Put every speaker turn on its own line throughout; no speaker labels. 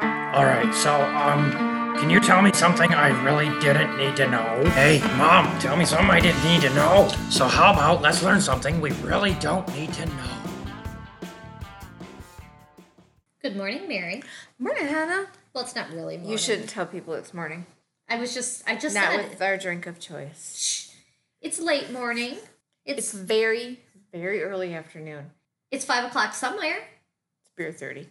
All right, so um, can you tell me something I really didn't need to know? Hey, mom, tell me something I didn't need to know. So how about let's learn something we really don't need to know?
Good morning, Mary.
Morning, Hannah.
Well, it's not really morning.
You shouldn't tell people it's morning.
I was just. I just
Not
said
with our drink of choice.
Shh. It's late morning. It's
It's
it's,
very, very early afternoon.
five o'clock somewhere.
It's beer 30.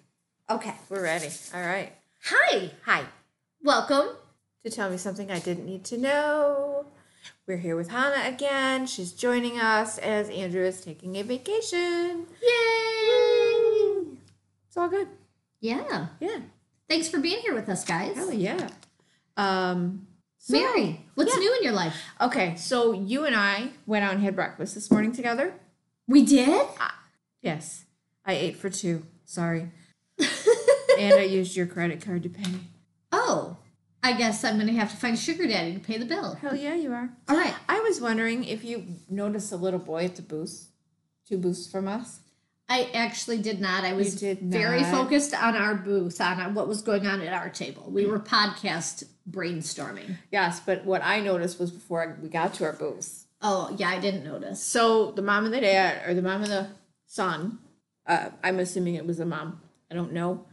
Okay.
We're ready. All right.
Hi.
Hi.
Welcome.
To tell me something I didn't need to know. We're here with Hannah again. She's joining us as Andrew is taking a vacation.
Yay.
It's all good.
Yeah.
Yeah.
Thanks for being here with us, guys.
Hell yeah. Um, so-
Mary, what's
yeah.
new in your life?
Okay, so you and I went out and had breakfast this morning together.
We did.
Yes. I ate for two. Sorry. and I used your credit card to pay.
Oh, I guess I'm gonna have to find sugar daddy to pay the bill.
Hell yeah, you are.
All right.
I was wondering if you noticed a little boy at the booth, two booths from us.
I actually did not. I was
did
very
not.
focused on our booth, on what was going on at our table. We were podcast brainstorming.
Yes, but what I noticed was before we got to our booth.
Oh, yeah, I didn't notice.
So the mom and the dad, or the mom and the son, uh, I'm assuming it was the mom. I don't know.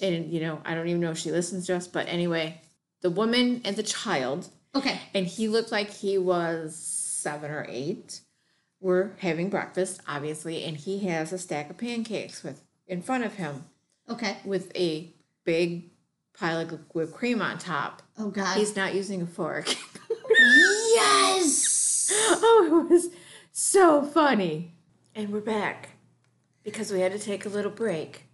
And, you know, I don't even know if she listens to us, but anyway, the woman and the child,
Okay.
and he looked like he was seven or eight, were having breakfast, obviously, and he has a stack of pancakes with in front of him.
Okay.
with a big pile of whipped cream on top.
Oh God.
He's not using a fork.
yes.
oh, it was so funny. And we're back because we had to take a little break.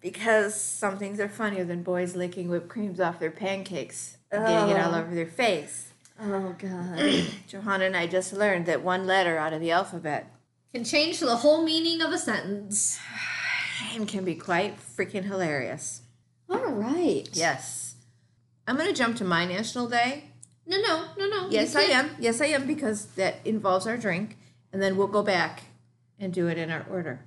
because some things are funnier than boys licking whipped creams off their pancakes and getting it all over their face.
Oh God.
Johanna and I just learned that one letter out of the alphabet
Can change the whole meaning of a sentence.
and can be quite freaking hilarious.
All right.
Yes. I'm going to jump to my national day.
No, no, no, no. you
Yes, I
can't.
am. Yes, I am because that involves our drink, and then we'll go back and do it in our order.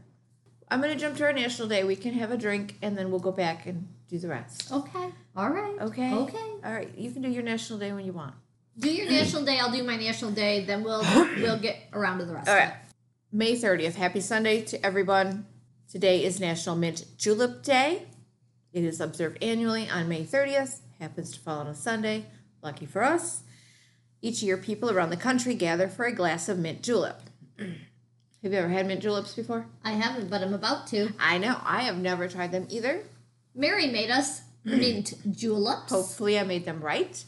I'm gonna jump to our national day. We can have a drink, and then we'll go back and do the rest.
Okay. All right.
Okay.
Okay.
All right. You can do your national day when you want.
Do your national day. I'll do my national day. Then we'll we'll get around to the rest.
All
of
right. May 30th. Happy Sunday to everyone. Today is National Mint Julep Day. It is observed annually on May 30th. Happens to fall on a Sunday. Lucky for us. Each year, people around the country gather for a glass of mint julep. have you ever had mint juleps before?
it. I haven't, but I'm about to.
I know. I have never tried them either.
Mary made us mint juleps.
Hopefully, I made them right.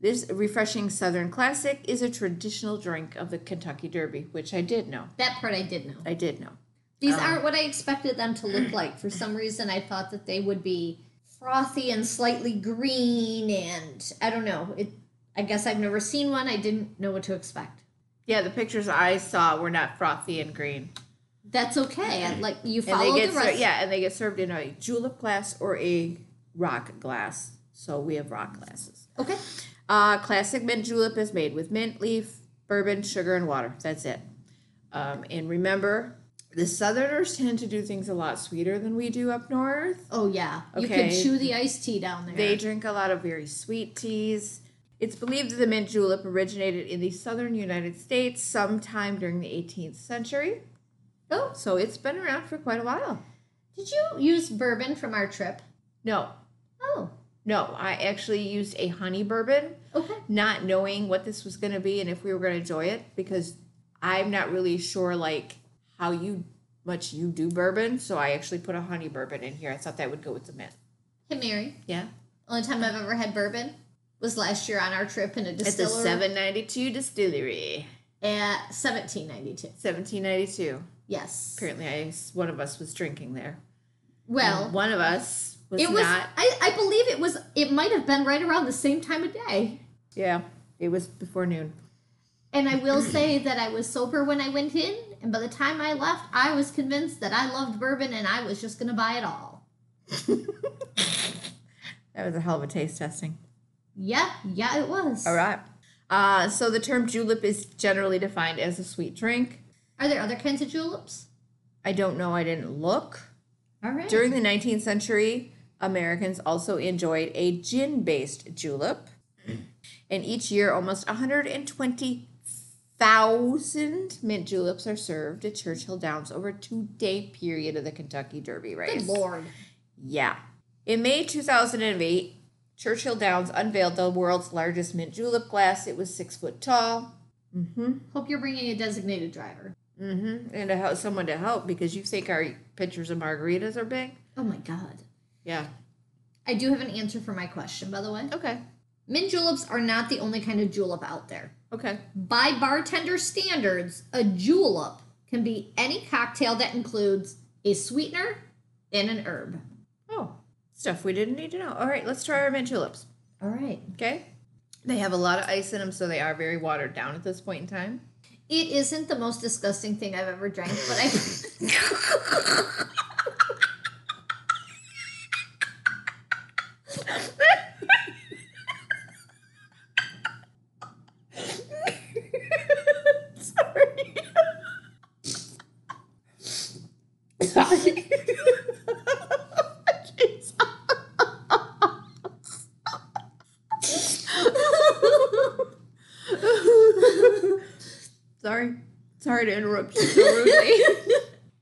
This refreshing Southern classic is a traditional drink of the Kentucky Derby, which I did know.
That part I did know.
I did know.
These aren't what I expected them to look like. For some reason, I thought that they would be frothy and slightly green, and I don't know. It. I guess I've never seen one. I didn't know what to expect.
Yeah, the pictures I saw were not frothy and green.
That's okay. I, like you
and
follow
they get
the
ser-
rest.
yeah, and they get served in a julep glass or a rock glass. So we have rock glasses.
Okay.
Uh, classic mint julep is made with mint leaf, bourbon, sugar, and water. That's it. Um, and remember, the Southerners tend to do things a lot sweeter than we do up north.
Oh yeah. You can
Okay.
chew the iced tea down there.
They drink a lot of very sweet teas. It's believed that the mint julep originated in the southern United States sometime during the 18th century. Oh, so it's been around for quite a while.
Did you use bourbon from our trip?
No,
Oh.
No, I actually used a honey bourbon,
Okay.
not knowing what this was going to be and if we were going to enjoy it because I'm not really sure like how you much you do bourbon, so I actually put a honey bourbon in here. I thought that would go with the mint.
Hey Mary.
Yeah.
Only time I've ever had bourbon was last year on our trip in a
It's a
distillery
792 distillery.
at 1792.
1792.
Yes.
Apparently, I one of us was drinking there.
Well,
one of us was,
it was.
not.
I, I believe it was. It might have been right around the same time of day.
Yeah, it was before noon.
And I will
Hmm.
say that I was sober when I went in, and by the time I left, I was convinced that I loved bourbon and I was just going to buy it all.
That was a hell of a taste testing.
Yeah, yeah, it was.
All right. Uh, so the term julep is generally defined as a sweet drink.
Are there other kinds of juleps?
I don't know. I didn't look.
All right.
During the 19th century, Americans also enjoyed a gin based julep. And each year, almost 120,000 mint juleps are served at Churchill Downs over a two day period of the Kentucky Derby race.
Good lord.
Yeah. In May 2008, Churchill Downs unveiled the world's largest mint julep glass. It was six foot tall.
Hope you're bringing a designated driver.
Mm-hmm. And to help, someone to help because you think our pitchers of margaritas are big?
Oh my god.
Yeah.
I do have an answer for my question, by the way.
Okay.
Mint juleps are not the only kind of julep out there.
Okay.
By bartender standards, a julep can be any cocktail that includes a sweetener and an herb.
Oh, stuff we didn't need to know. All right, let's try our mint juleps.
All right.
Okay. They have a lot of ice in them, so they are very watered down at this point in time.
It isn't the most disgusting thing I've ever drank, but I.
Sorry. Sorry. Jesus. Sorry. Sorry to interrupt you so rudely.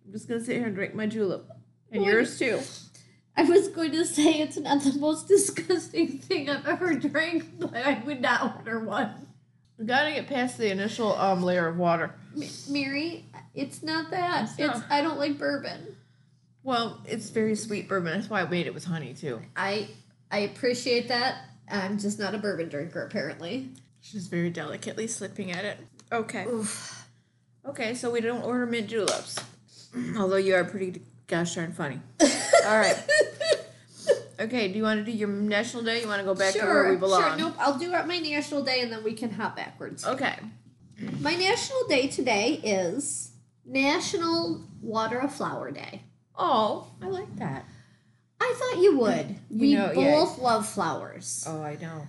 I'm just gonna sit here and drink my julep. And yours too.
I was going to say it's not the most disgusting thing I've ever drank, but I would not order one.
We gotta get past the initial um layer of water.
M- Mary, it's not that. It's,
It's not.
I don't like bourbon.
Well, it's very sweet bourbon. That's why I made it with honey too.
I I appreciate that. I'm just not a bourbon drinker, apparently.
She's very delicately slipping at it. Okay. Okay, so we don't order mint juleps. Although you are pretty gosh darn funny. All right. Okay, do you want to do your national day? You want to go back to where we belong?
sure. Nope. I'll do out my national day, and then we can hop backwards.
Okay.
My national day today is National Water a Flower Day.
Oh, I like that.
I thought you would. we
know, yeah.
both love flowers,
Oh, I know.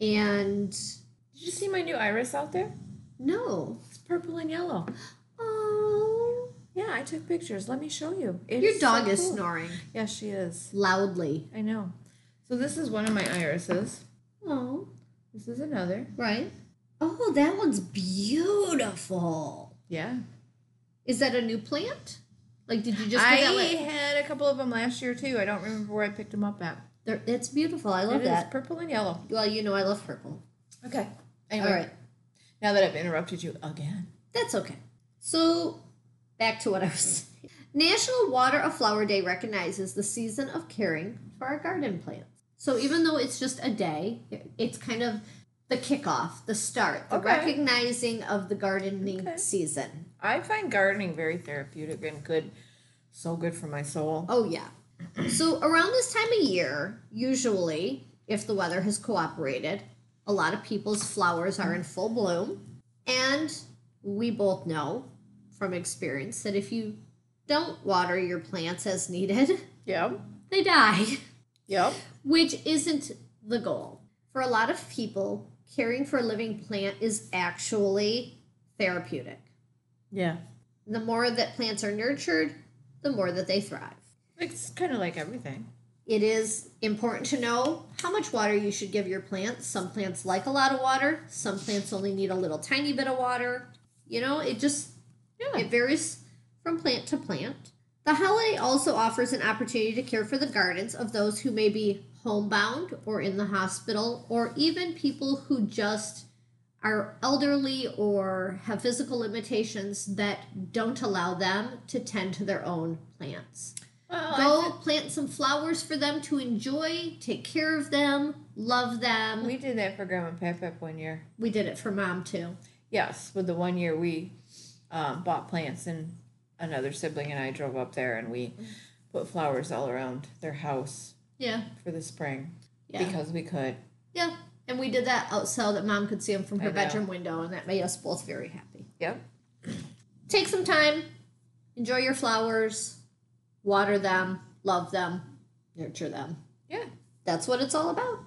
and
Did you see my new iris out there?
no.
It's purple and yellow.
Oh,
Yeah, I took pictures. Let me show you. It's
your
so
dog is
cool.
snoring
Yeah, she is.
loudly.
I know. So this is one of my irises.
Oh,
This is another.
right. Oh, that one's beautiful.
Yeah.
Is that a new plant? Like, did you just?
I
get that, like-
had a couple of them last year too. I don't remember where I picked them up at.
They're, it's beautiful. I love
It is
that.
purple and yellow.
Well, you know I love purple.
Okay. Anyway,
All right.
now that I've interrupted you again.
That's okay. So, back to what I was saying. National Water a Flower Day recognizes the season of caring for our garden plants. So, even though it's just a day, it's kind of the kickoff, the start, the
Okay.
recognizing of the gardening
Okay.
season.
I find gardening very therapeutic and good. So good for my soul.
Oh, yeah. so, around this time of year, usually, if the weather has cooperated, a lot of people's flowers are in full bloom. And we both know from experience that if you don't water your plants as needed,
Yep.
they die,
Yep.
which isn't the goal. For a lot of people, caring for a living plant is actually therapeutic.
Yeah.
The more that plants are nurtured, the more that they thrive.
It's kind of like everything.
It is important to know how much water you should give your plants. Some plants like a lot of water, some plants only need a little tiny bit of water. You know, it just
Yeah.
it varies from plant to plant. The holiday also offers an opportunity to care for the gardens of those who may be homebound or in the hospital or even people who just are elderly or have physical limitations that don't allow them to tend to their own plants.
well, I
Go plant some flowers for them to enjoy, take care of them, love
thi-
them. We,
we did that for Grandma Pep Pep one year.
did it for mom too.
Yes, with the one year we um, bought plants and another sibling and I drove up there and we put flowers all around their house
Yeah.
for the spring
Yeah.
because we could.
yeah. And we did that out so that mom could see them from
I
her
know.
bedroom window, and that made us both very happy.
Yep.
Take some time, enjoy your flowers, water them, love them, nurture them.
Yeah.
That's what it's all about.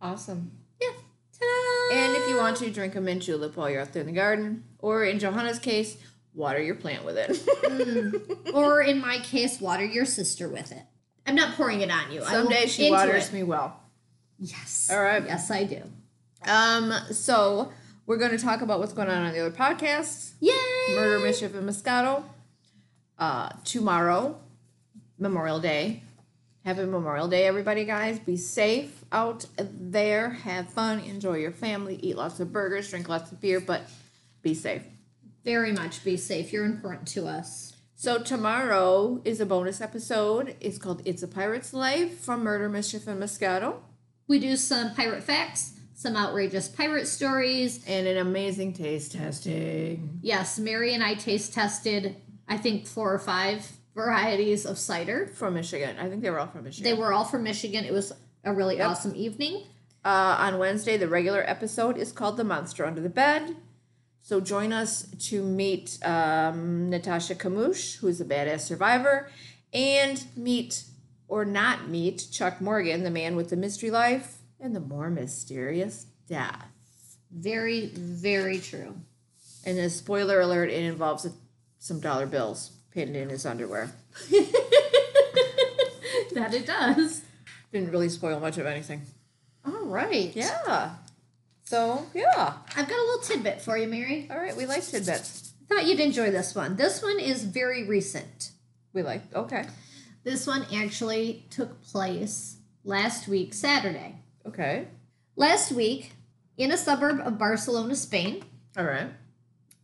Awesome.
Yeah. Ta-da!
And if you want to drink a mint julep while you're out there in the garden, or in Johanna's case, water your plant with it.
or in my case, water your sister with it. I'm not pouring it on you. I will
Someday she
into
waters
it.
me well.
Yes.
All right.
Yes, I do.
Um, so we're going to talk about what's going on on the other podcasts.
Yay!
Murder, Mischief, and Moscato. Uh, tomorrow, Memorial Day. Happy Memorial Day, everybody, guys. Be safe out there. Have fun. Enjoy your family. Eat lots of burgers. Drink lots of beer, but be safe.
Very much be safe. You're important to us.
So, tomorrow is a bonus episode. It's called It's a Pirate's Life from Murder, Mischief, and Moscato.
We do some pirate facts, some outrageous pirate stories.
And an amazing taste testing.
Yes, Mary and I taste tested, I think, four or five varieties of cider.
From Michigan. I think they were all from Michigan.
They were all from Michigan. It was a really awesome evening.
Uh, on Wednesday, the regular episode is called The Monster Under the Bed. So join us to meet um, Natasha Kamush, who's a badass survivor, and meet or not meet Chuck Morgan, the man with the mystery life and the more mysterious death.
Very, very true.
And a spoiler alert, it involves a, some dollar bills pinned in his underwear.
That it does.
Didn't really spoil much of anything.
All right.
Yeah. So, yeah.
I've got a little tidbit for you, Mary.
All right, we like tidbits.
Thought you'd enjoy this one. This one is very recent.
We like, okay.
This one actually took place last week, Saturday.
Okay.
Last week, in a suburb of Barcelona, Spain,
All right.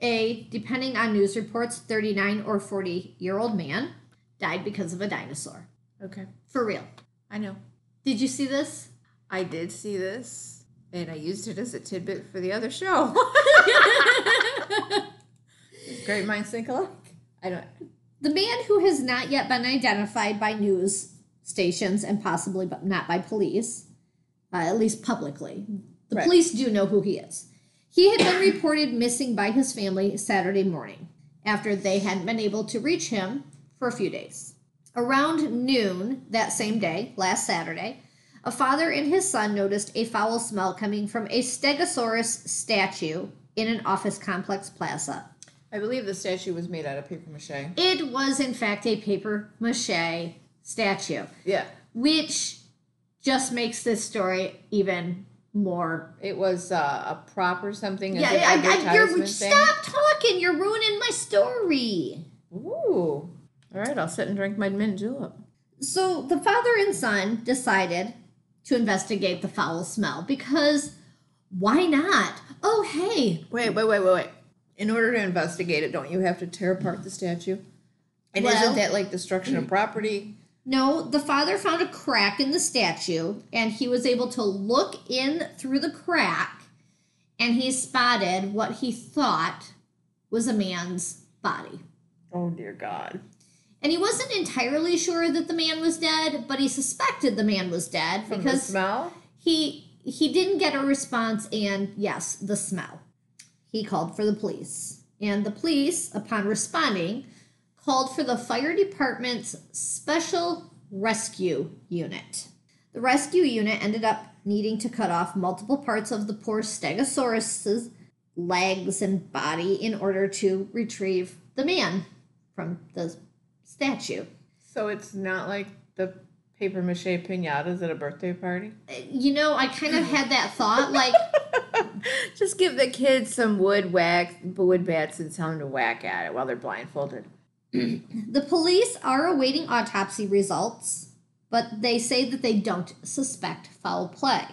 a, depending on news reports, 39 or 40 year old man died because of a dinosaur.
Okay.
For real.
I know.
Did you see this?
I did see this, and I used it as a tidbit for the other show. Great minds think alike. I don't.
The man who has not yet been identified by news stations and possibly but not by police, uh, at least publicly, the
Right.
police do know who he is. He had been reported missing by his family Saturday morning after they hadn't been able to reach him for a few days. Around noon that same day, last Saturday, a father and his son noticed a foul smell coming from a Stegosaurus statue in an office complex plaza.
I believe the statue was made out of paper mache.
It was, in fact, a paper mache statue,
Yeah,
which just makes this story even more.
it was uh, a prop or something.
Yeah,
as an
I, I, you're,
advertisement thing.
stop talking. You're ruining my story.
Ooh. All right, I'll sit and drink my mint julep.
So the father and son decided to investigate the foul smell because why not? Oh, hey,
Wait, wait, wait, wait, wait. In order to investigate it, don't you have to tear apart the statue? And
Well-
isn't that like destruction of property?
No, the father found a crack in the statue and he was able to look in through the crack and he spotted what he thought was a man's body.
Oh dear God.
And he wasn't entirely sure that the man was dead, but he suspected the man was dead
From the
because
smell.
he he didn't get a response and yes, the smell. He called for the police. And the police, upon responding, called for the fire department's special rescue unit. The rescue unit ended up needing to cut off multiple parts of the poor stegosaurus's legs and body in order to retrieve the man from the statue.
So it's not like the paper mache pinatas at a birthday party.
You know, I kind of had that thought like
Just give the kids some wood whack, wood bats, and tell them to whack at it while they're blindfolded.
The police are awaiting autopsy results, but they say that they don't suspect foul play.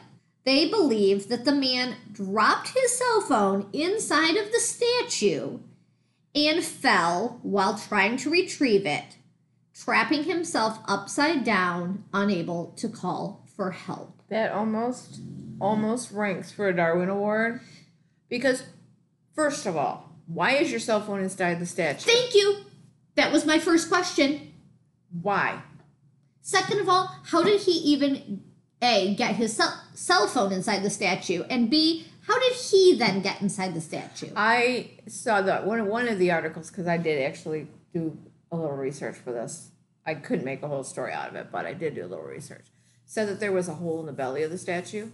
They believe that the man dropped his cell phone inside of the statue and fell while trying to retrieve it, trapping himself upside down, unable to call for help.
That almost, almost ranks for a Darwin Award, because first of all, why is your cell phone inside the statue?
Thank you. That was my first question.
Why?
Second of all, how did he even A, get his cell, cell phone inside the statue? And B, how did he then get inside the statue?
I saw that one one of the articles because I did actually do a little research for this. I couldn't make a whole story out of it, but I did do a little research. Said that there was a hole in the belly of the statue,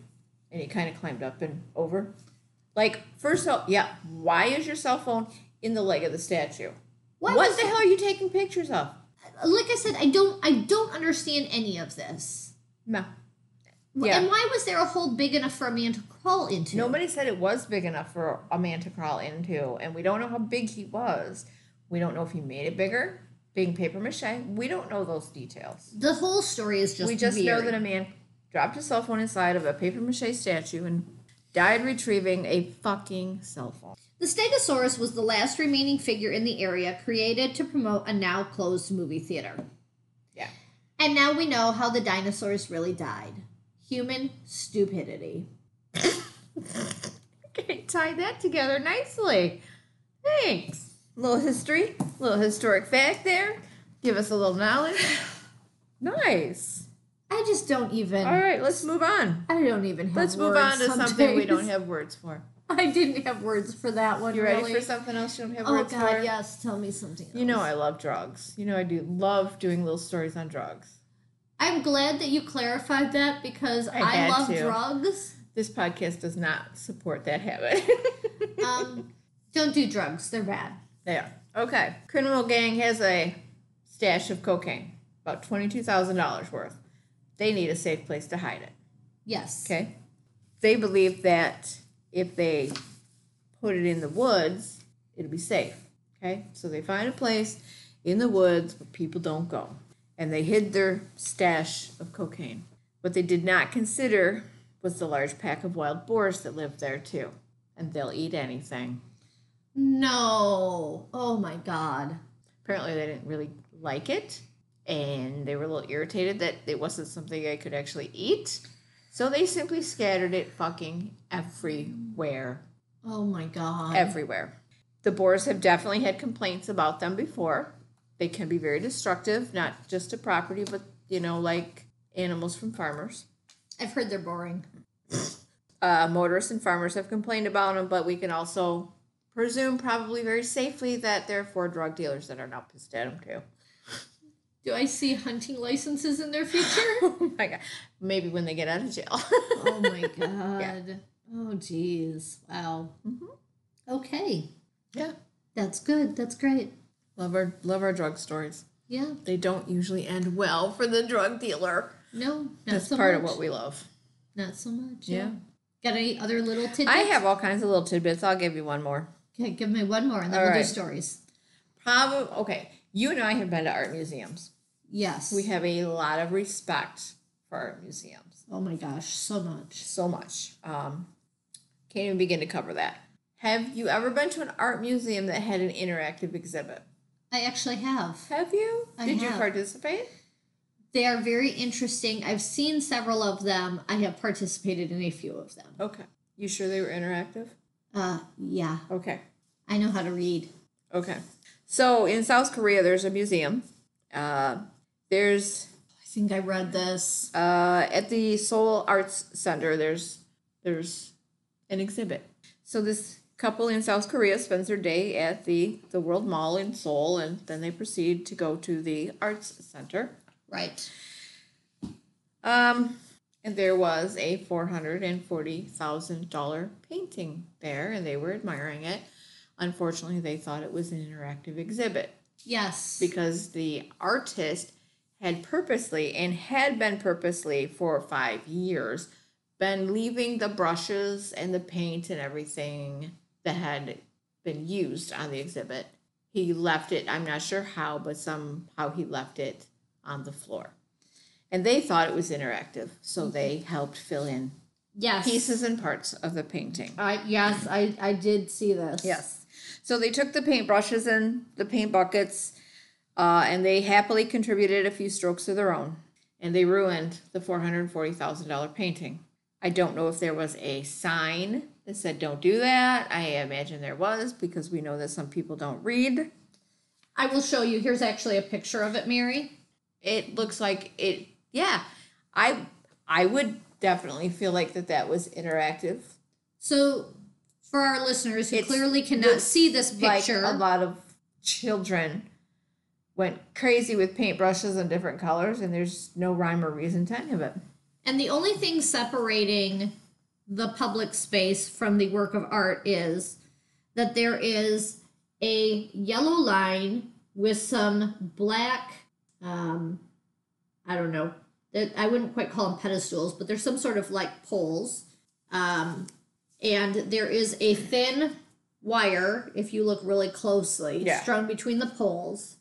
and he kind of climbed up and over. Like first of all, yeah, why is your cell phone in the leg of the statue.
Why
what
was-
the hell are you taking pictures of?
Like I said, I don't I don't understand any of this.
No. Yeah.
And why was there a hole big enough for a man to crawl into?
Nobody said it was big enough for a man to crawl into, and we don't know how big he was. We don't know if he made it bigger, being paper mache. We don't know those details.
The whole story is just
we just know
weird.
that a man dropped his cell phone inside of a paper mache statue and died retrieving a fucking cell phone.
The Stegosaurus was the last remaining figure in the area created to promote a now closed movie theater.
Yeah.
And now we know how the dinosaurs really died human stupidity.
Okay, tied that together nicely. Thanks. Little history, little historic fact there. Give us a little knowledge. Nice.
I just don't even.
All right, let's move on.
I don't even have
Let's move
words
on to
some
something we
days.
don't have words for.
I didn't have words for that one.
You ready
really.
for something else you don't have
Oh,
words
God,
for?
yes. Tell me something.
You know
else.
I love drugs. You know I do love doing little stories on drugs.
I'm glad that you clarified that because I,
I had
love
to.
drugs.
This podcast does not support that habit.
Um, don't do drugs, they're bad.
there. Okay. Criminal gang has a stash of cocaine, about twenty-two thousand dollars worth. They need a safe place to hide it.
Yes.
Okay. They believe that if they put it in the woods, it'll be safe. Okay. So they find a place in the woods where people don't go. And they hid their stash of cocaine. What they did not consider was the large pack of wild boars that lived there too. And they'll eat anything.
No. Oh, my God.
Apparently, they didn't really like it. And they were a little irritated that it wasn't something they could actually eat. So they simply scattered it fucking everywhere.
Oh, my
Uh-huh.
God.
everywhere. The boars have definitely had complaints about them before. They can be very destructive, not just to property, but you know, like animals from farmers.
I've heard they're boring.
Uh, motorists and farmers have complained about them, but we can also presume, probably very safely, that there are four drug dealers that are now pissed at them too.
Do I see hunting licenses in their future?
Oh my god! Maybe when they get out of jail.
oh my god. Oh geez. Wow.
Mm-hmm.
Okay.
yeah,
That's good. That's great.
love our love our drug stories.
Yeah.
They don't usually end well for the drug dealer.
No. Not
That's
so
part
much.
of what we love.
Not so much. Yeah. Got any other little tidbits?
I have all kinds of little tidbits. I'll give you one more.
Okay, give me one more, and then
All
we'll do
right.
stories.
Probably okay. You and I have been to art museums.
Yes.
We have a lot of respect for art museums.
Oh my gosh, so much.
So much. Um, can't even begin to cover that. Have you ever been to an art museum that had an interactive exhibit?
I actually have.
Have you?
I
Did
have.
you participate?
They are very interesting. I've seen several of them. I have participated in a few of them.
Okay. You sure they were interactive?
Uh, yeah.
Okay.
I know how to read.
Okay. So in South Korea, there's a museum. Uh, there's
I think I read this.
uh, at the Seoul Arts Center, there's there's an exhibit. So this couple in South Korea spends their day at the the World Mall in Seoul, and then they proceed to go to the Arts Center.
Right.
Um, and there was a four hundred and forty thousand dollar painting there, and they were admiring it. Unfortunately, they thought it was an interactive exhibit
Yes.
because the artist had purposely and had been purposely for five years been leaving the brushes and the paint and everything that had been used on the exhibit. He left it, I'm not sure how, but somehow he left it on the floor. And they thought it was interactive, so they helped fill in
yes.
pieces and parts of the painting.
I yes, I I did see this.
Yes. So they took the paint brushes and the paint buckets, uh, and they happily contributed a few strokes of their own, and they ruined the four hundred forty thousand dollar painting. I don't know if there was a sign that said "Don't do that." I imagine there was because we know that some people don't read.
I will show you. Here's actually a picture of it, Mary.
It looks like it. Yeah, I I would definitely feel like that that was interactive.
So for our listeners who
It's-
clearly cannot see this picture,
Like a lot of children went crazy with paintbrushes and different colors, and there's no rhyme or reason to any of it.
and the only thing separating the public space from the work of art is that there is a yellow line with some black, um, I don't know, that I wouldn't quite call them pedestals, but there's some sort of like poles. Um, and there is a thin wire, if you look really closely,
Yeah.
strung between the poles.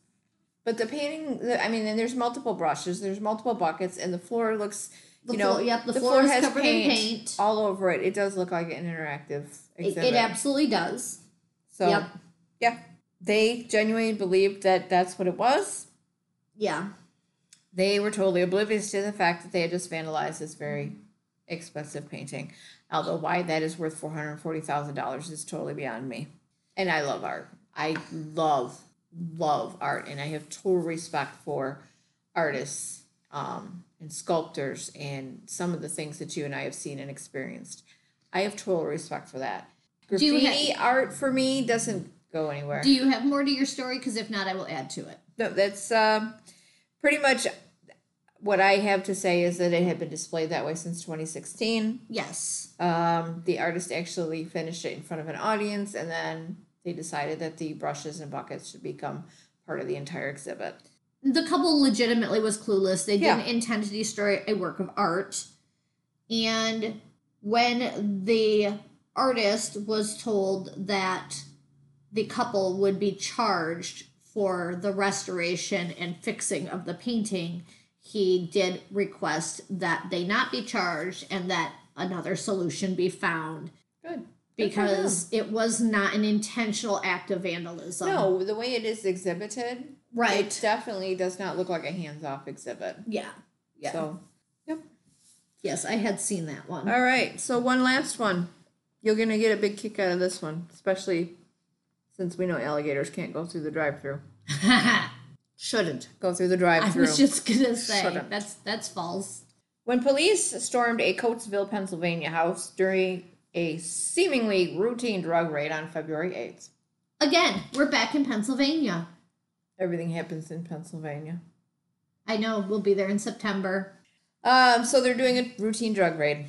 But the painting, the, I mean, and there's multiple brushes, there's multiple buckets, and the floor looks,
The
you know,
floor- yep, the floor is covered in paint.
all over it. It does look like an interactive
It,
exhibit.
it absolutely does.
so,
yep.
yeah, they genuinely believed that that's what it was.
Yeah.
They were totally oblivious to the fact that they had just vandalized this very expensive painting. Although why that is worth four hundred forty thousand dollars is totally beyond me. And I love art. I love love art, and I have total respect for artists um, and sculptors and some of the things that you and I have seen and experienced. I have total respect for that.
Do you ha-
Graffiti art for me doesn't go anywhere.
Do you have more to your story? Because if not, I will add to it.
No, that's um pretty much what I have to say is that it had been displayed that way since 2016.
Yes.
Um, the artist actually finished it in front of an audience, and then they decided that the brushes and buckets should become part of the entire exhibit.
The couple legitimately was clueless. They
Yeah.
didn't intend to destroy a work of art. And when the artist was told that the couple would be charged for the restoration and fixing of the painting, he did request that they not be charged and that another solution be found
Good.
because it was not an intentional act of vandalism.
no, the way it is exhibited, it
Right.
definitely does not look like a hands-off exhibit.
Yeah. Yeah.
So, yep.
Yes, I had seen that one.
All right, so one last one. You're gonna get a big kick out of this one, especially since we know alligators can't go through the drive-through.
Shouldn't.
Go through the
I
drive-through.
was just gonna say
Shouldn't.
that's that's false.
When police stormed a Coatesville, Pennsylvania house during a seemingly routine drug raid on February 8th,
Again, we're back in Pennsylvania.
everything happens in Pennsylvania.
I know we'll be there in September.
Um, so they're doing a routine drug raid.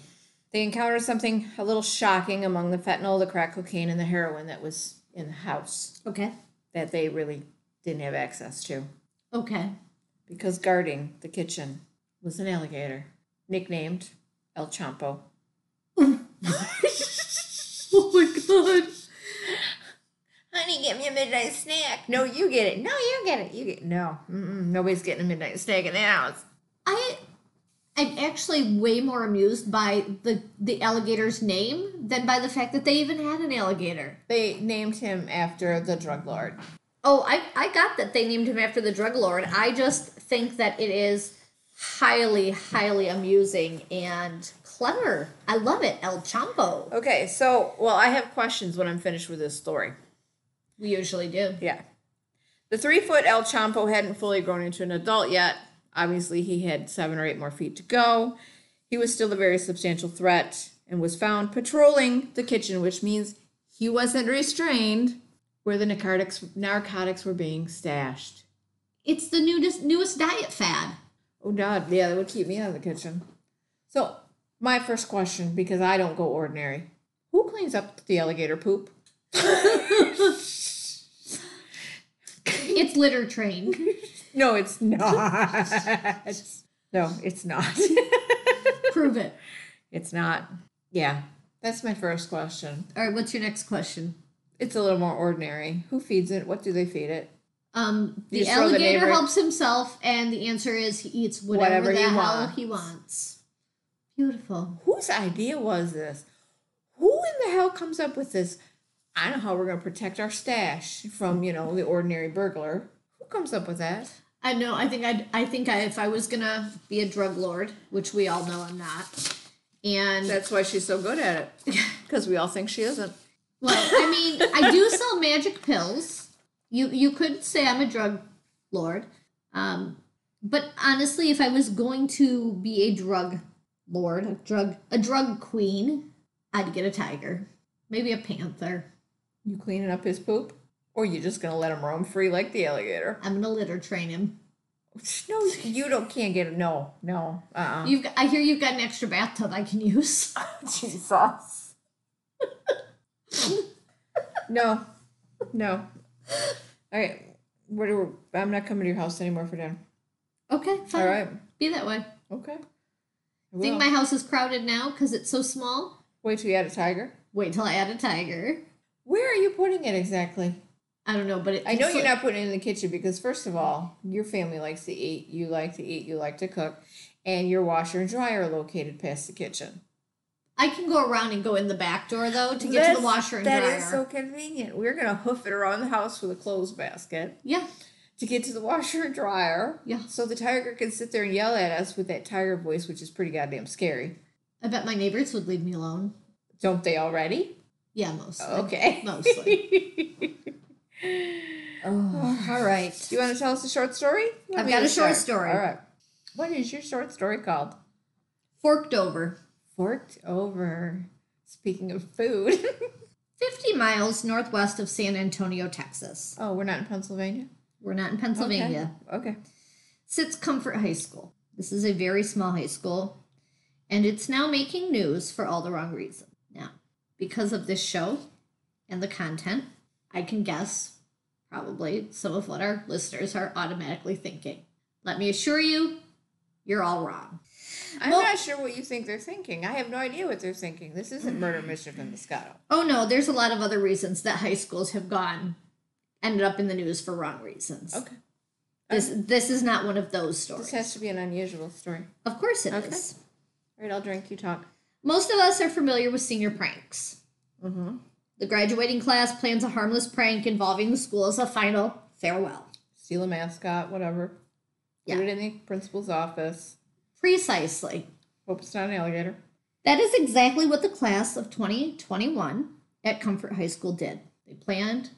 They encountered something a little shocking among the fentanyl, the crack cocaine, and the heroin that was in the house
Okay.
that they really didn't have access to
Okay.
because guarding the kitchen was an alligator nicknamed El Champo.
Oh my god.
Honey, get me a midnight snack. No, you get it. No, you get it. You get no. Mm-mm, nobody's getting a midnight snack in the house.
I I'm actually way more amused by the the alligator's name than by the fact that they even had an alligator.
They named him after the drug lord.
Oh, I, I got that they named him after the drug lord. I just think that it is highly, highly amusing and clever. I love it, El Champo.
Okay, so well, I have questions when I'm finished with this story.
We usually do.
Yeah, the three foot El Champo hadn't fully grown into an adult yet. Obviously, he had seven or eight more feet to go. He was still a very substantial threat and was found patrolling the kitchen, which means he wasn't restrained where the narcotics narcotics were being stashed.
It's the newest newest diet fad.
Oh God, yeah, that would keep me out of the kitchen. So my first question, because I don't go ordinary, who cleans up the alligator poop?
It's litter train.
No, it's not. no, it's not.
Prove it.
it's not. Yeah, that's my first question.
All right, what's your next question?
It's a little more ordinary. Who feeds it? What do they feed it?
Um, the
You just throw the
alligator
neighbor-
helps himself, and the answer is he eats whatever,
Whatever
the
he
hell
wants.
he wants. Beautiful.
Whose idea was this? Who in the hell comes up with this? I know how we're going to protect our stash from, you know, the ordinary burglar. Who comes up with that?
I know. I think I'd, I think I, if I was gonna be a drug lord, which we all know I'm not, and
That's why she's so good at it. Because we all think she isn't.
well, I mean, I do sell magic pills. You you could say I'm a drug lord, um, but honestly, if I was going to be a drug lord, a drug a drug queen, I'd get a tiger, maybe a panther.
You cleaning up his poop? Or you just gonna let him roam free like the alligator?
I'm gonna litter train him.
No, you don't can't get it. No, no. Uh uh
You've got, I hear you've got an extra bathtub I can use.
Jesus. no. No. All right. What do we- I'm not coming to your house anymore for dinner.
Okay, fine.
All right.
Be that way.
Okay. I
Think
will.
my house is crowded now because it's so small?
Wait till you add a tiger.
Wait till I add a tiger.
Where are you putting it exactly?
I don't know, but it,
I know
it's
you're
like-
not putting it in the kitchen because, first of all, your family likes to eat. You like to eat. You like to cook. And your washer and dryer are located past the kitchen.
I can go around and go in the back door though to get to
That's-
the washer and dryer.
That is so convenient. We're going to hoof it around the house with a clothes basket
yeah,
to get to the washer and dryer.
Yeah.
So the tiger can sit there and yell at us with that tiger voice, which is pretty goddamn scary.
I bet my neighbors would leave me alone.
Don't they already?
Yeah, mostly.
Okay.
Mostly.
Oh,
All right.
Do you want to tell us a short story? You want
I've
me
got
to
a short
start?
story.
All right. What is your short story called?
Forked over.
Forked over. Speaking of food.
50 miles northwest of San Antonio, Texas.
oh, we're not in Pennsylvania?
We're not in Pennsylvania.
Okay. okay.
sits Comfort High School. This is a very small high school, and it's now making news for all the wrong reasons. Now, because of this show and the content, I can guess probably some of what our listeners are automatically thinking. Let me assure you, you're all wrong.
I'm
Well-
not sure what you think they're thinking. I have no idea what they're thinking. This isn't Murder, Michigan, Moscato.
Oh no, there's a lot of other reasons that high schools have gone ended up in the news for wrong reasons.
Okay.
This this is not one of those stories.
This has to be an unusual story.
of course it
Okay.
is.
All right, I'll drink, you talk.
Most of us are familiar with senior pranks. The graduating class plans a harmless prank involving the school as a final farewell.
Steal a mascot, whatever.
Yeah.
Put it in the principal's office.
Precisely.
Hope it's not an alligator.
That is exactly what the class of 2021 at Comfort High School did. They planned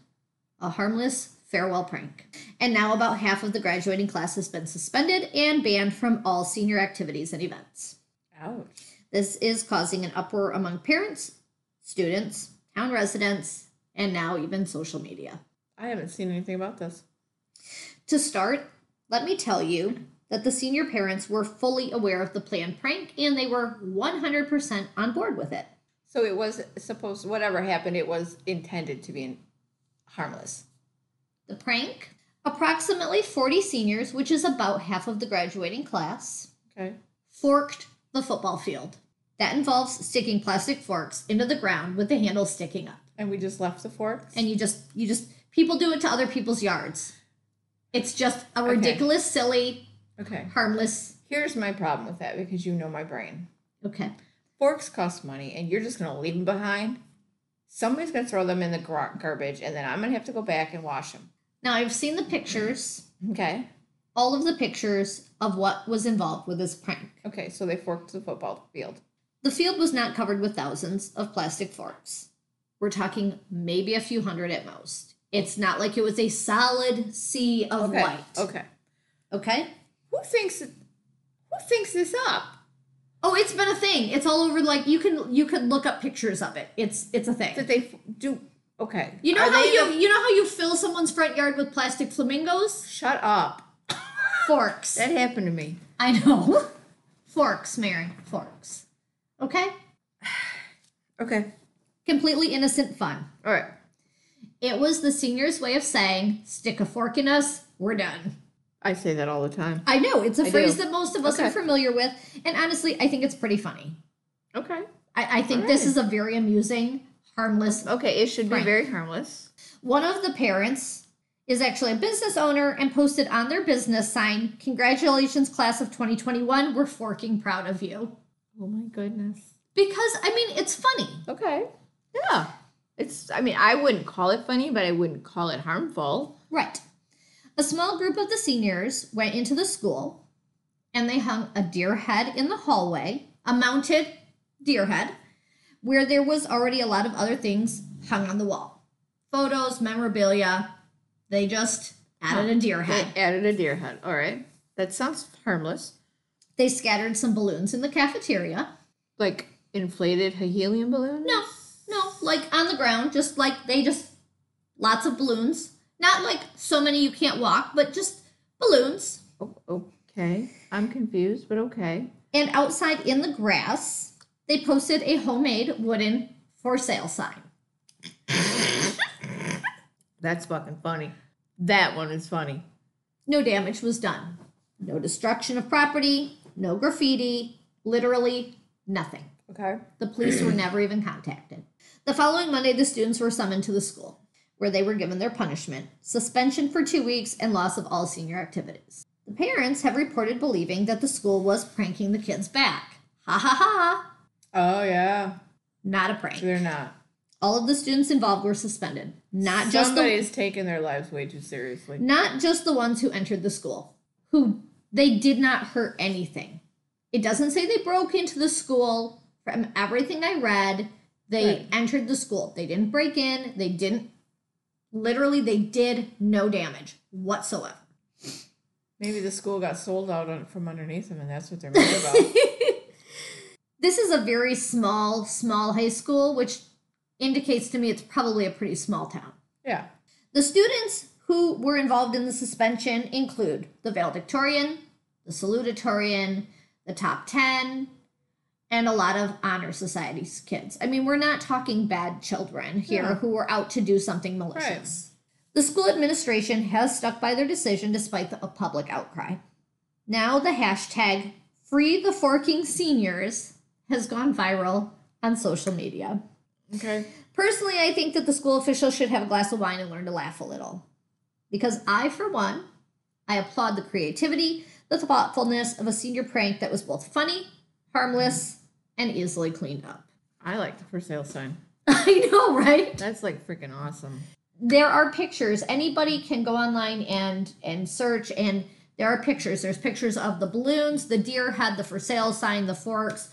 a harmless farewell prank. And now about half of the graduating class has been suspended and banned from all senior activities and events.
Ouch.
This is causing an uproar among parents, students, town residents, and now even social media.
I haven't seen anything about this.
To start, let me tell you that the senior parents were fully aware of the planned prank and they were 100% on board with it.
So it was supposed, whatever happened, it was intended to be in, harmless.
The prank? Approximately 40 seniors, which is about half of the graduating class,
Okay.
forked the football field. That involves sticking plastic forks into the ground with the handle sticking up.
And we just left the forks.
And you just, you just, people do it to other people's yards. It's just a
Okay.
ridiculous, silly,
okay.
harmless.
Here's my problem with that because you know my brain.
Okay.
Forks cost money, and you're just going to leave them behind. Somebody's going to throw them in the gar- garbage, and then I'm going to have to go back and wash them.
Now I've seen the pictures.
Okay.
all of the pictures of what was involved with this prank.
Okay. So they forked the football field.
The field was not covered with thousands of plastic forks. We're talking maybe a few hundred at most. It's not like it was a solid sea of
Okay.
white.
Okay.
Okay?
Who thinks it- who thinks this up?
Oh, it's been a thing. It's all over like you can you can look up pictures of it. It's it's a thing.
That they f- do okay.
you know
Are
how
they
you
the-
you know how you fill someone's front yard with plastic flamingos?
shut up.
Forks.
That happened to me.
I know. Forks, Mary. Forks. Okay?
Okay.
Completely innocent fun.
All right.
It was the seniors' way of saying, stick a fork in us, we're done.
I say that all the time.
I know, it's a
do.
phrase that most of us are
Okay.
familiar with. And honestly, I think it's pretty funny.
Okay.
I, I think this
Alright.
is a very amusing, harmless.
Okay. It should
Frank.
be very harmless.
One of the parents is actually a business owner and posted on their business sign, Congratulations, class of 2021, we're forking proud of you.
Oh my goodness.
Because, I mean, it's funny.
Okay. Yeah. It's. I mean, I wouldn't call it funny, but I wouldn't call it harmful.
Right. A small group of the seniors went into the school and they hung a deer head in the hallway, a mounted deer head, where there was already a lot of other things hung on the wall photos, memorabilia. They just added a deer
They
head.
added a deer head. All right. That sounds harmless.
They scattered some balloons in the cafeteria.
Like inflated helium balloon.
No, no, like on the ground, just like they just lots of balloons. Not like so many you can't walk, but just balloons.
Oh, okay. I'm confused, but okay.
And outside in the grass, they posted a homemade wooden for sale sign.
That's fucking funny. That one is funny.
No damage was done. No destruction of property, no graffiti, literally nothing.
Okay.
The police were never even contacted. The following Monday, the students were summoned to the school, where they were given their punishment suspension for two weeks and loss of all senior activities. The parents have reported believing that the school was pranking the kids back. Ha ha ha!
Oh yeah,
Not a prank.
they're not.
All of the students involved were suspended, not just the
Somebody's taking their lives way too seriously.
not just the ones who entered the school, who they did not hurt anything. It doesn't say they broke into the school. From everything I read, they
Right.
entered the school. They didn't break in. They didn't, literally, they did no damage whatsoever.
Maybe the school got sold out on, from underneath them, and that's what they're mad about.
This is a very small, small high school, which indicates to me it's probably a pretty small town.
yeah.
The students who were involved in the suspension include the valedictorian, the salutatorian, the top 10, and a lot of honor society's kids. I mean, we're not talking bad children here
Yeah.
who were out to do something malicious. The school administration has stuck by their decision despite the public outcry. Now the hashtag free the forking seniors has gone viral on social media.
Okay.
Personally, I think that the school officials should have a glass of wine and learn to laugh a little. Because I, for one, I applaud the creativity, the thoughtfulness of a senior prank that was both funny, harmless, and easily cleaned up.
I like the for sale sign.
I know, right?
That's like freaking awesome.
There are pictures. Anybody can go online and and search and there are pictures. There's pictures of the balloons, the deer head, the for sale sign, the forks.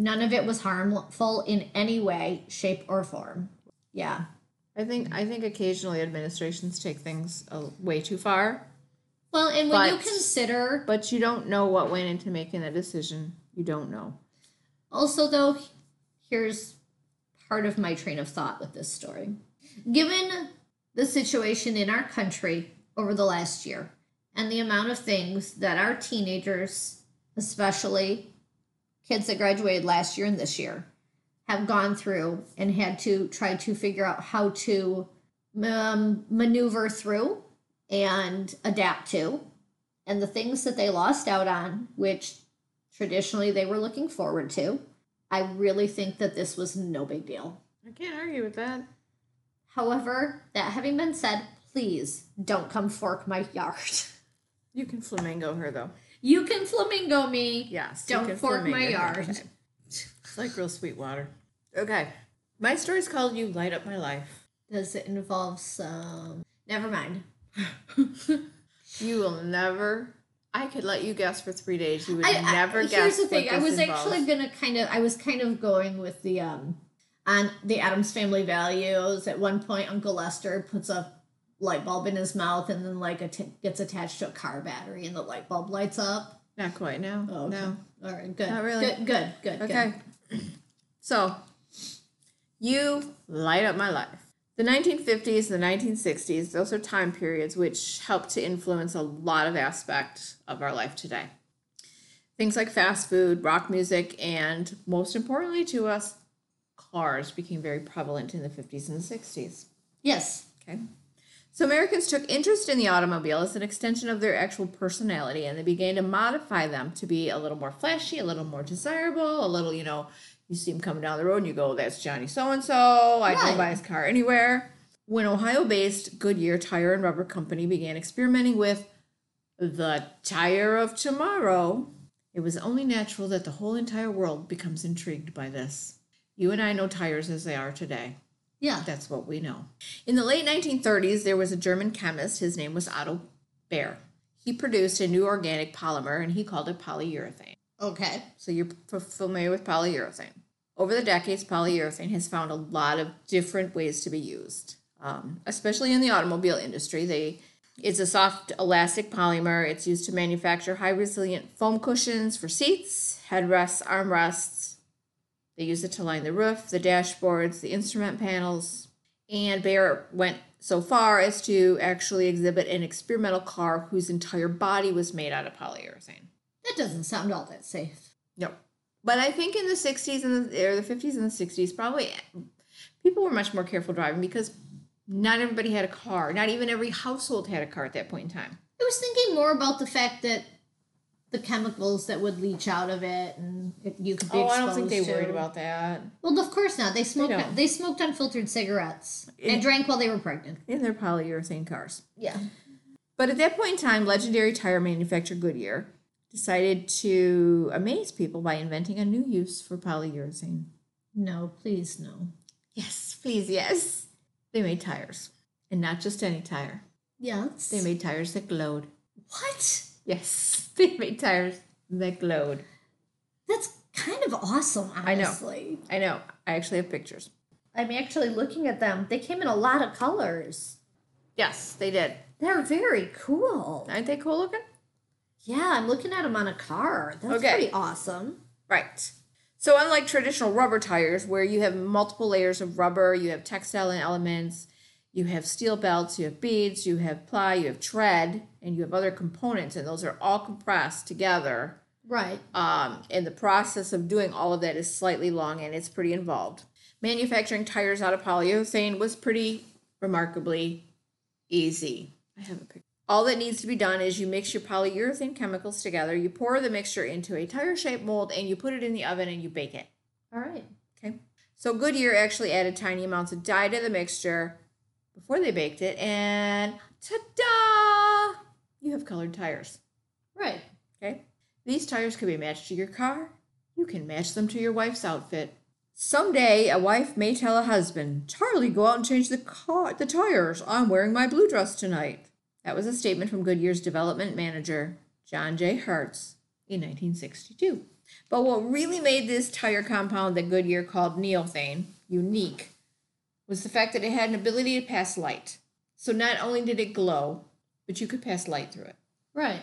None of it was harmful in any way, shape, or form. Yeah.
I think I think occasionally administrations take things uh, way too far,
Well, and when you
But-
consider
but you don't know what went into making that decision. You don't know.
Also, though, here's part of my train of thought with this story. Given the situation in our country over the last year and the amount of things that our teenagers, especially kids that graduated last year and this year, have gone through and had to try to figure out how to um, maneuver through and adapt to, and the things that they lost out on, which traditionally they were looking forward to. I really think that this was no big deal.
I can't argue with that.
However, that having been said, please don't come fork my yard.
You can flamingo her though.
You can flamingo me.
Yes. you
Don't
can
fork my
flamingo her.
yard.
Okay. It's like real sweet water. Okay. My story's called "You Light Up My Life."
Does it involve some? Never mind.
You will never. I could let you guess for three days. You would
I,
never
I,
guess.
here's the
what
thing. I
this
was
involves.
actually gonna kind of. I was kind of going with the um, on the Adams Family values. At one point, Uncle Lester puts a light bulb in his mouth, and then like a t- gets attached to a car battery, and the light bulb lights up.
Not quite. No.
Oh, okay.
No.
All right, good.
Not really.
Good, good, good.
Okay. So, you light up my life. The 1950s, the 1960s, those are time periods which help to influence a lot of aspect of our life today. Things like fast food, rock music, and most importantly to us, cars became very prevalent in the 50s and 60s.
Yes.
Okay. So Americans took interest in the automobile as an extension of their actual personality and they began to modify them to be a little more flashy, a little more desirable, a little, you know, you see him coming down the road and you go, that's Johnny so and so. I
Right.
go buy his car anywhere. When Ohio based Goodyear Tire and Rubber Company began experimenting with the tire of tomorrow, it was only natural that the whole entire world becomes intrigued by this. You and I know tires as they are today.
Yeah.
That's what we know. In the late 1930s, there was a German chemist. His name was Otto Baer. He produced a new organic polymer and he called it polyurethane.
Okay.
So you're f- familiar with polyurethane. Over the decades, polyurethane has found a lot of different ways to be used, um, especially in the automobile industry. They it's a soft elastic polymer. It's used to manufacture high resilient foam cushions for seats, headrests, armrests. They use it to line the roof, the dashboards, the instrument panels. And Bayer went so far as to actually exhibit an experimental car whose entire body was made out of polyurethane.
That doesn't sound all that safe.
No. But I think in the 60s and the, or the 50s and the 60s, probably people were much more careful driving because Not everybody had a car. Not even every household had a car at that point in time.
I was thinking more about the fact that the chemicals that would leach out of it and it, you could be
Oh,
exposed
I don't think they
to.
worried about that.
Well, of course not. They smoked.
don't.
They, smoked unfiltered cigarettes
It-
and drank while they were pregnant.
In their polyurethane cars.
Yeah.
But at that point in time, legendary tire manufacturer Goodyear decided to amaze people by inventing a new use for polyurethane.
No, please no.
Yes, please, yes. They made tires. And not just any tire.
Yes.
They made tires that glowed.
what?
Yes, they made tires that glowed.
That's kind of awesome.
know.
Honestly,
I know. I actually have pictures.
I am actually looking at them. They came in a lot of colors.
Yes, they did.
They're very cool.
Aren't they cool looking?
Yeah, I'm looking at them on a car. That's
Okay.
pretty awesome.
Right. So, unlike traditional rubber tires, where you have multiple layers of rubber, you have textile elements, you have steel belts, you have beads, you have ply, you have tread, and you have other components, and those are all compressed together.
Right.
Um, and the process of doing all of that is slightly long and it's pretty involved. Manufacturing tires out of polyurethane was pretty remarkably easy. I have a picture. All that needs to be done is you mix your polyurethane chemicals together, you pour the mixture into a tire shaped mold, and you put it in the oven and you bake it.
All right.
Okay. So Goodyear actually added tiny amounts of dye to the mixture before they baked it, and ta da! You have colored tires.
Right.
Okay. These tires can be matched to your car. You can match them to your wife's outfit. Someday, a wife may tell a husband, "Charlie, go out and change the car, the tires. I'm wearing my blue dress tonight." That was a statement from Goodyear's development manager, John J. Hertz, in 1962. But what really made this tire compound that Goodyear called neophane unique was the fact that it had an ability to pass light. So not only did it glow, but you could pass light through it.
Right.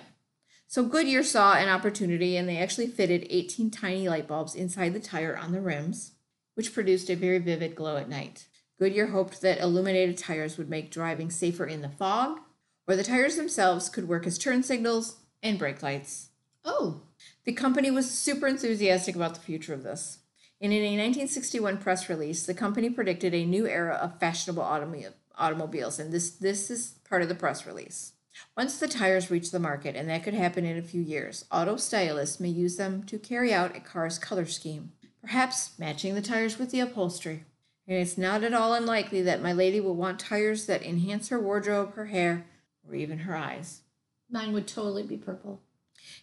So Goodyear saw an opportunity and they actually fitted 18 tiny light bulbs inside the tire on the rims, which produced a very vivid glow at night. Goodyear hoped that illuminated tires would make driving safer in the fog, or the tires themselves could work as turn signals and brake lights.
Oh.
The company was super enthusiastic about the future of this. And in a 1961 press release, the company predicted a new era of fashionable automo- automobiles. And this, this is part of the press release. Once the tires reach the market, and that could happen in a few years, auto stylists may use them to carry out a car's color scheme, perhaps matching the tires with the upholstery. And it's not at all unlikely that my lady will want tires that enhance her wardrobe, her hair, or even her eyes.
Mine would totally be purple.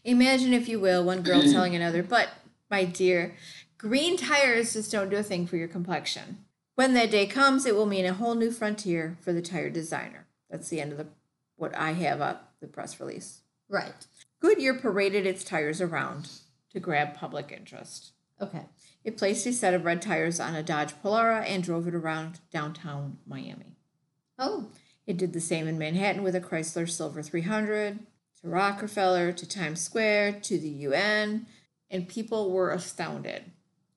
Imagine, if you will, one girl telling another, but my dear, green tires just don't do a thing for your complexion. When that day comes, it will mean a whole new frontier for the tire designer. That's the end of the what I have up the press release.
Right.
Goodyear paraded its tires around to grab public interest.
Okay.
It placed a set of red tires on a Dodge Polara and drove it around downtown Miami.
Oh.
It did the same in Manhattan with a Chrysler Silver 300, to Rockefeller, to Times Square, to the UN, and people were astounded.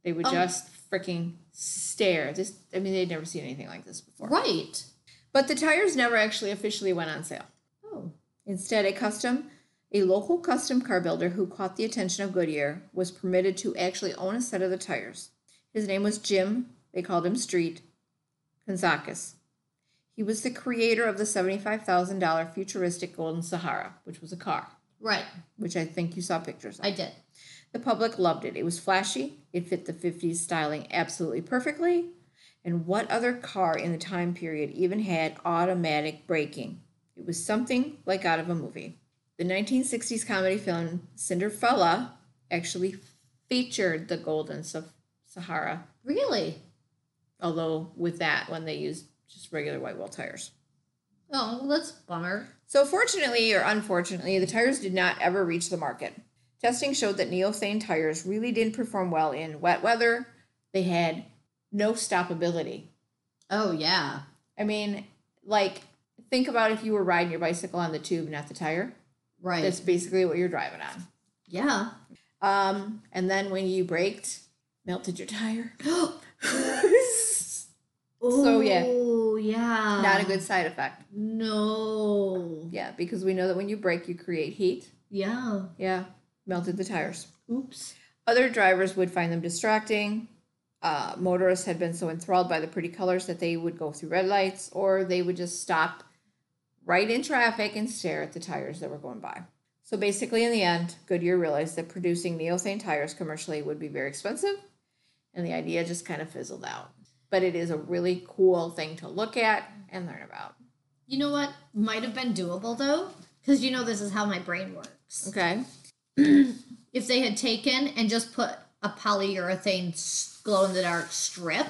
They would
Oh.
just freaking stare. This, I mean, they'd never seen anything like this before.
Right.
But the tires never actually officially went on sale.
Oh.
Instead, a custom, a local custom car builder who caught the attention of Goodyear was permitted to actually own a set of the tires. His name was Jim. They called him Street Kanzakis. He was the creator of the $75,000 futuristic Golden Sahara, which was a car,
Right.
which I think you saw pictures of.
I did.
The public loved it. It was flashy, it fit the 50s styling absolutely perfectly. And what other car in the time period even had automatic braking? It was something like out of a movie. The 1960s comedy film Cinderella actually featured the Golden Sa- Sahara,
Really?
although with that one they used just regular white wall tires.
Oh, well, that's a bummer.
So, fortunately or unfortunately, the tires did not ever reach the market. Testing showed that neophane tires really didn't perform well in wet weather. They had no stoppability.
Oh yeah.
I mean, like, think about if you were riding your bicycle on the tube, not the tire.
Right.
That's basically what you're driving on.
yeah.
Um, and then when you braked, melted your tire.
so
yeah.
Oh yeah.
not a good side effect.
No.
Yeah, because we know that when you brake, you create heat.
Yeah.
Yeah, melted the tires.
Oops.
Other drivers would find them distracting. uh, motorists had been so enthralled by the pretty colors that they would go through red lights or they would just stop right in traffic and stare at the tires that were going by. So basically, in the end, Goodyear realized that producing neophane tires commercially would be very expensive, and the idea just kind of fizzled out. But it is a really cool thing to look at and learn about.
You know what might have been doable though? Because you know this is how my brain works.
Okay.
If they had taken and just put a polyurethane glow in the dark strip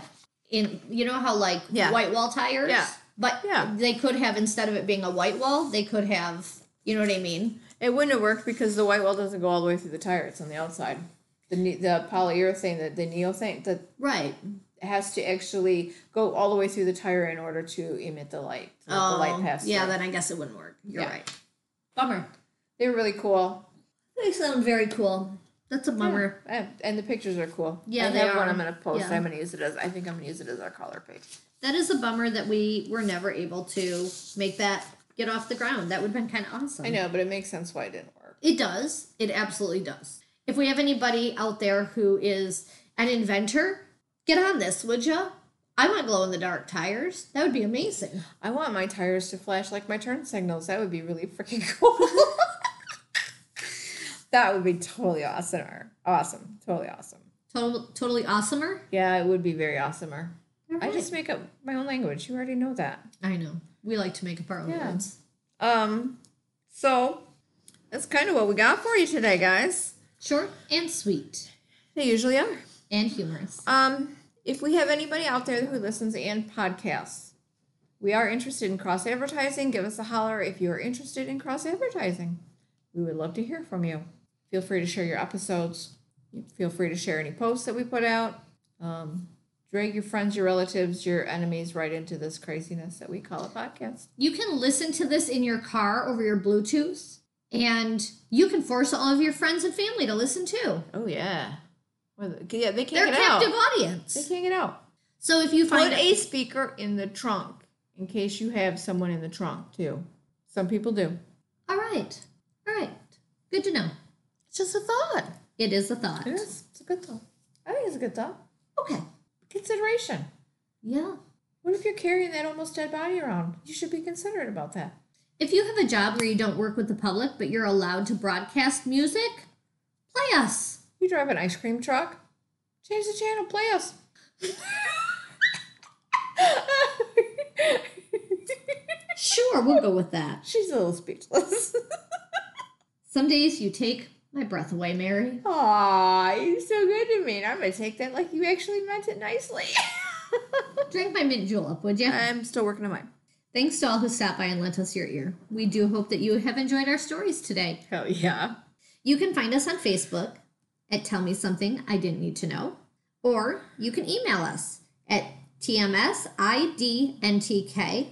in, you know how like
Yeah.
white wall tires?
Yeah.
But
Yeah.
they could have, instead of it being a white wall, they could have, you know what I mean?
It wouldn't have worked because the white wall doesn't go all the way through the tire, it's on the outside. The, ne- the polyurethane, the, the neophane, the
Right.
has to actually go all the way through the tire in order to emit the light. so that the light pass.
Oh, yeah,
through.
then I guess it wouldn't work. You're
Yeah.
right. Bummer.
they were really cool.
They sound very cool. That's a bummer.
Yeah, And the pictures are cool.
Yeah,
I
they
have one
are.
I'm gonna post.
Yeah.
I'm gonna use it as I think I'm gonna use it as our color page.
That is a bummer that we were never able to make that get off the ground. That would have been kind of awesome.
I know, but it makes sense why it didn't work.
It does. It absolutely does. If we have anybody out there who is an inventor, get on this, would ya? I want glow in the dark tires. That would be amazing.
I want my tires to flash like my turn signals. That would be really freaking cool. that would be totally awesomer. Awesome. Totally awesome.
Total, totally awesomer.
Yeah, it would be very awesomer. I
Alright.
just make up my own language. You already know that.
I know. We like to make up our own
Yeah.
words.
Um, so that's kind of what we got for you today, guys.
Short and sweet
They usually are.
and humorous.
Um, if we have anybody out there who listens and podcasts, we are interested in cross advertising. Give us a holler if you are interested in cross advertising. We would love to hear from you. Feel free to share your episodes. Feel free to share any posts that we put out. Um, drag your friends, your relatives, your enemies right into this craziness that we call a podcast.
You can listen to this in your car over your Bluetooth, and you can force all of your friends and family to listen too.
Oh yeah, Well, yeah,
They're
they can't get out.
captive
They
audience.
can't get out.
So if you
Put
find
a speaker in the trunk in case you have someone in the trunk too. Some people do.
all right, all right, good to know.
It's just a thought.
It is a thought.
It is. It's a good thought. I think it's a good thought.
Okay.
Consideration.
Yeah.
What if you're carrying that almost dead body around? You should be considerate about that.
If you have a job where you don't work with the public, but you're allowed to broadcast music, play us.
You drive an ice cream truck. Change the channel. Play us.
Sure, we'll go with that.
She's a little speechless.
Some days you take my breath away, Mary.
Aw, you're so good to me, and I'm gonna take that like you actually meant it nicely.
Drink my mint julep, would you?
I'm still working on mine.
Thanks to all who stopped by and lent us your ear. We do hope that you have enjoyed our stories today.
Hell yeah.
You can find us on Facebook at Tell Me Something I Didn't Need to Know, or you can email us at tmsidntk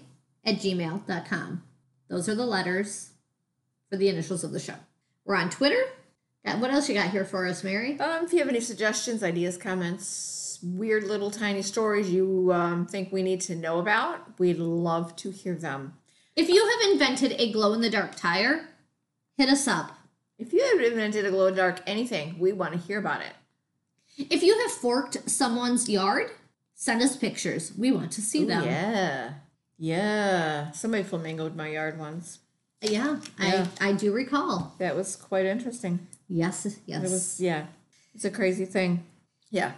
at gmail.com. Those are the letters for the initials of the show. We're on Twitter. Got- What else you got here for us, Mary?
Um, if you have any suggestions, ideas, comments, weird little tiny stories you um, think we need to know about, we'd love to hear them.
If you have invented a glow in the dark tire, hit us up.
If you have invented a glow in the dark anything, we want to hear about it.
If you have forked someone's yard, send us pictures. We want to see them.
Yeah. Yeah. Somebody flamingoed my yard once.
Yeah,
Yeah.
I, I do recall.
That was quite interesting.
Yes, yes.
It was yeah. It's a crazy thing. Yeah.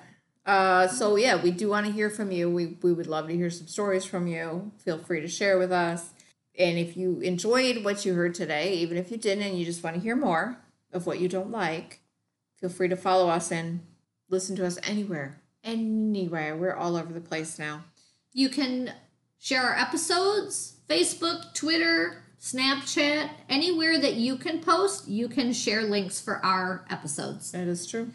Uh, so yeah, we do want to hear from you. We we would love to hear some stories from you. Feel free to share with us. And if you enjoyed what you heard today, even if you didn't and you just want to hear more of what you don't like, feel free to follow us and listen to us anywhere. Anywhere. We're all over the place now.
You can share our episodes, Facebook, Twitter, Snapchat, anywhere that you can post, you can share links for our episodes.
That is true.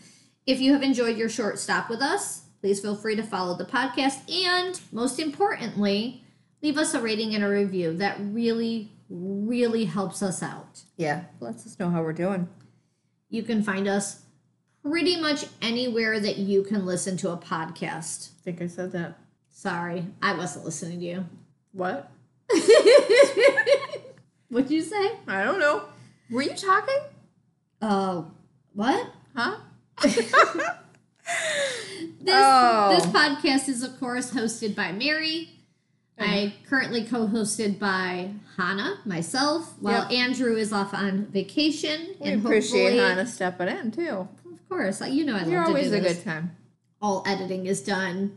If you have enjoyed your short stop with us, please feel free to follow the podcast and, most importantly, leave us a rating and a review. That really, really helps us out.
Yeah. Let us know how we're doing.
You can find us pretty much anywhere that you can listen to a podcast.
I think I said that.
Sorry, I wasn't listening to you.
What?
What'd you say?
I don't know. Were you talking?
Uh, Oh, what?
Huh?
This
Oh.
this podcast is of course hosted by Mary.
Uh-huh.
I currently co-hosted by Hannah, myself, while Andrew is off on vacation.
We appreciate
hopefully-
Hannah stepping in too.
Of course, you know I
You're
love to
always
do
a
this.
good time.
All editing is done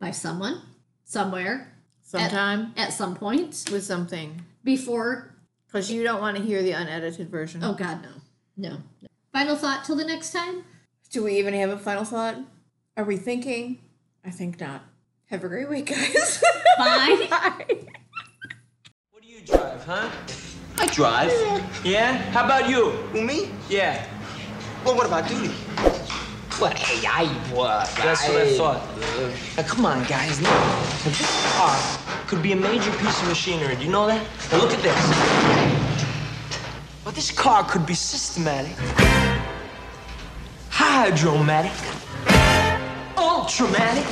by someone, somewhere,
Sometime
at some point
with something.
before.
Because you don't want to hear the unedited version.
Oh God, no, no. no. Final thought till the next time.
Do we even have a final thought? Are we thinking? I think not. Have a great week, guys.
Bye.
Bye.
What do you drive, huh?
I drive.
Yeah? How about you?
Who, me?
Yeah.
Well, what about duty? Well, hey, I work.
That's what I thought.
Now, come on, guys. No.
This car could be a major piece of machinery. Do you know that? Now look at this. But this car could be systematic, hydromatic, ultramatic.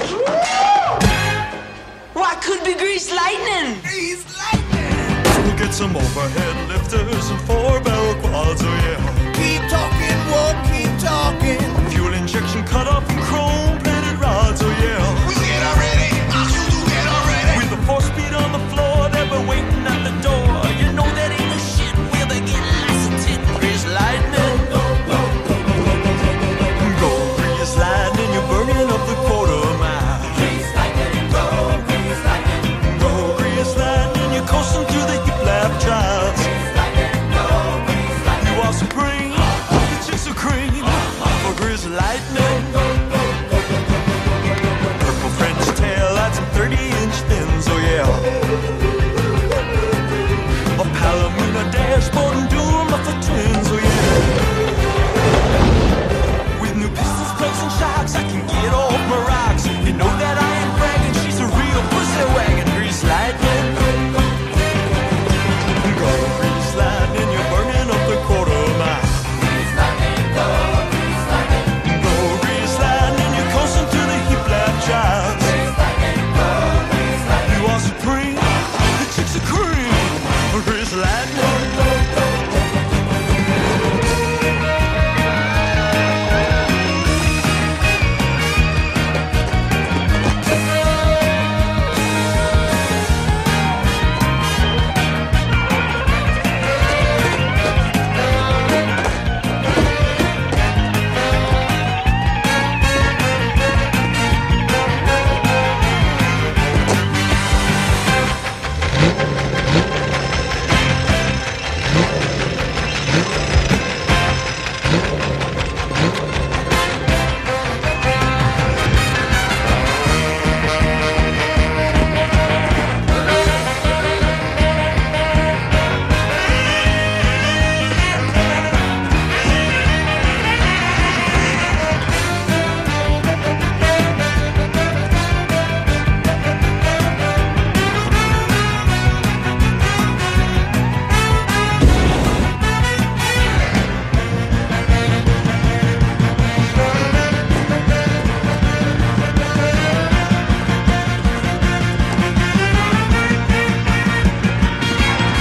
Or I could be greased lightning.
So we'll get some overhead lifters and four barrel quads, oh yeah.
Keep talking, won't keep talking.
Fuel injection cut off and chrome plated rods, oh yeah.
We get already, I you do get already.
With the four speed on the floor, they were waiting at the door. You know that ain't a shit where they get licensed. Grease lightning. Go grease lightning, you're burning up the quarter mile. Go grease lightning, you're coasting through the hip lap trials. You are supreme, the chicks are cream. For grease lightning. Purple French tail lights and 30 inch fins, oh yeah. A Palomino dashboard and dual muffler twins, oh yeah. With new pistons, plates, and shocks, I can get off my rocks. You know that I ain't bragging, she's a real pussy wagon, grease lightning. Go grease lightning, you're burning up the quarter mile. Go grease lightning, you're coasting through the heap lap jobs. You are supreme, the chicks are cream. Grease lightning.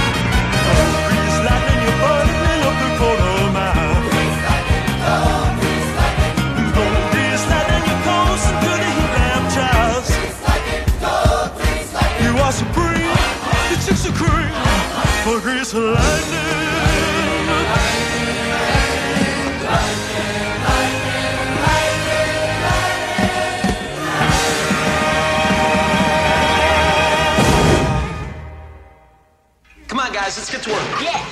Grease lightning, you're burning up the quarter mile. Go grease lightning, you're coasting through the heat lamp trials. You are supreme, the chicks are cream. For grease lightning.
Come on, guys, let's get to work.
Yeah.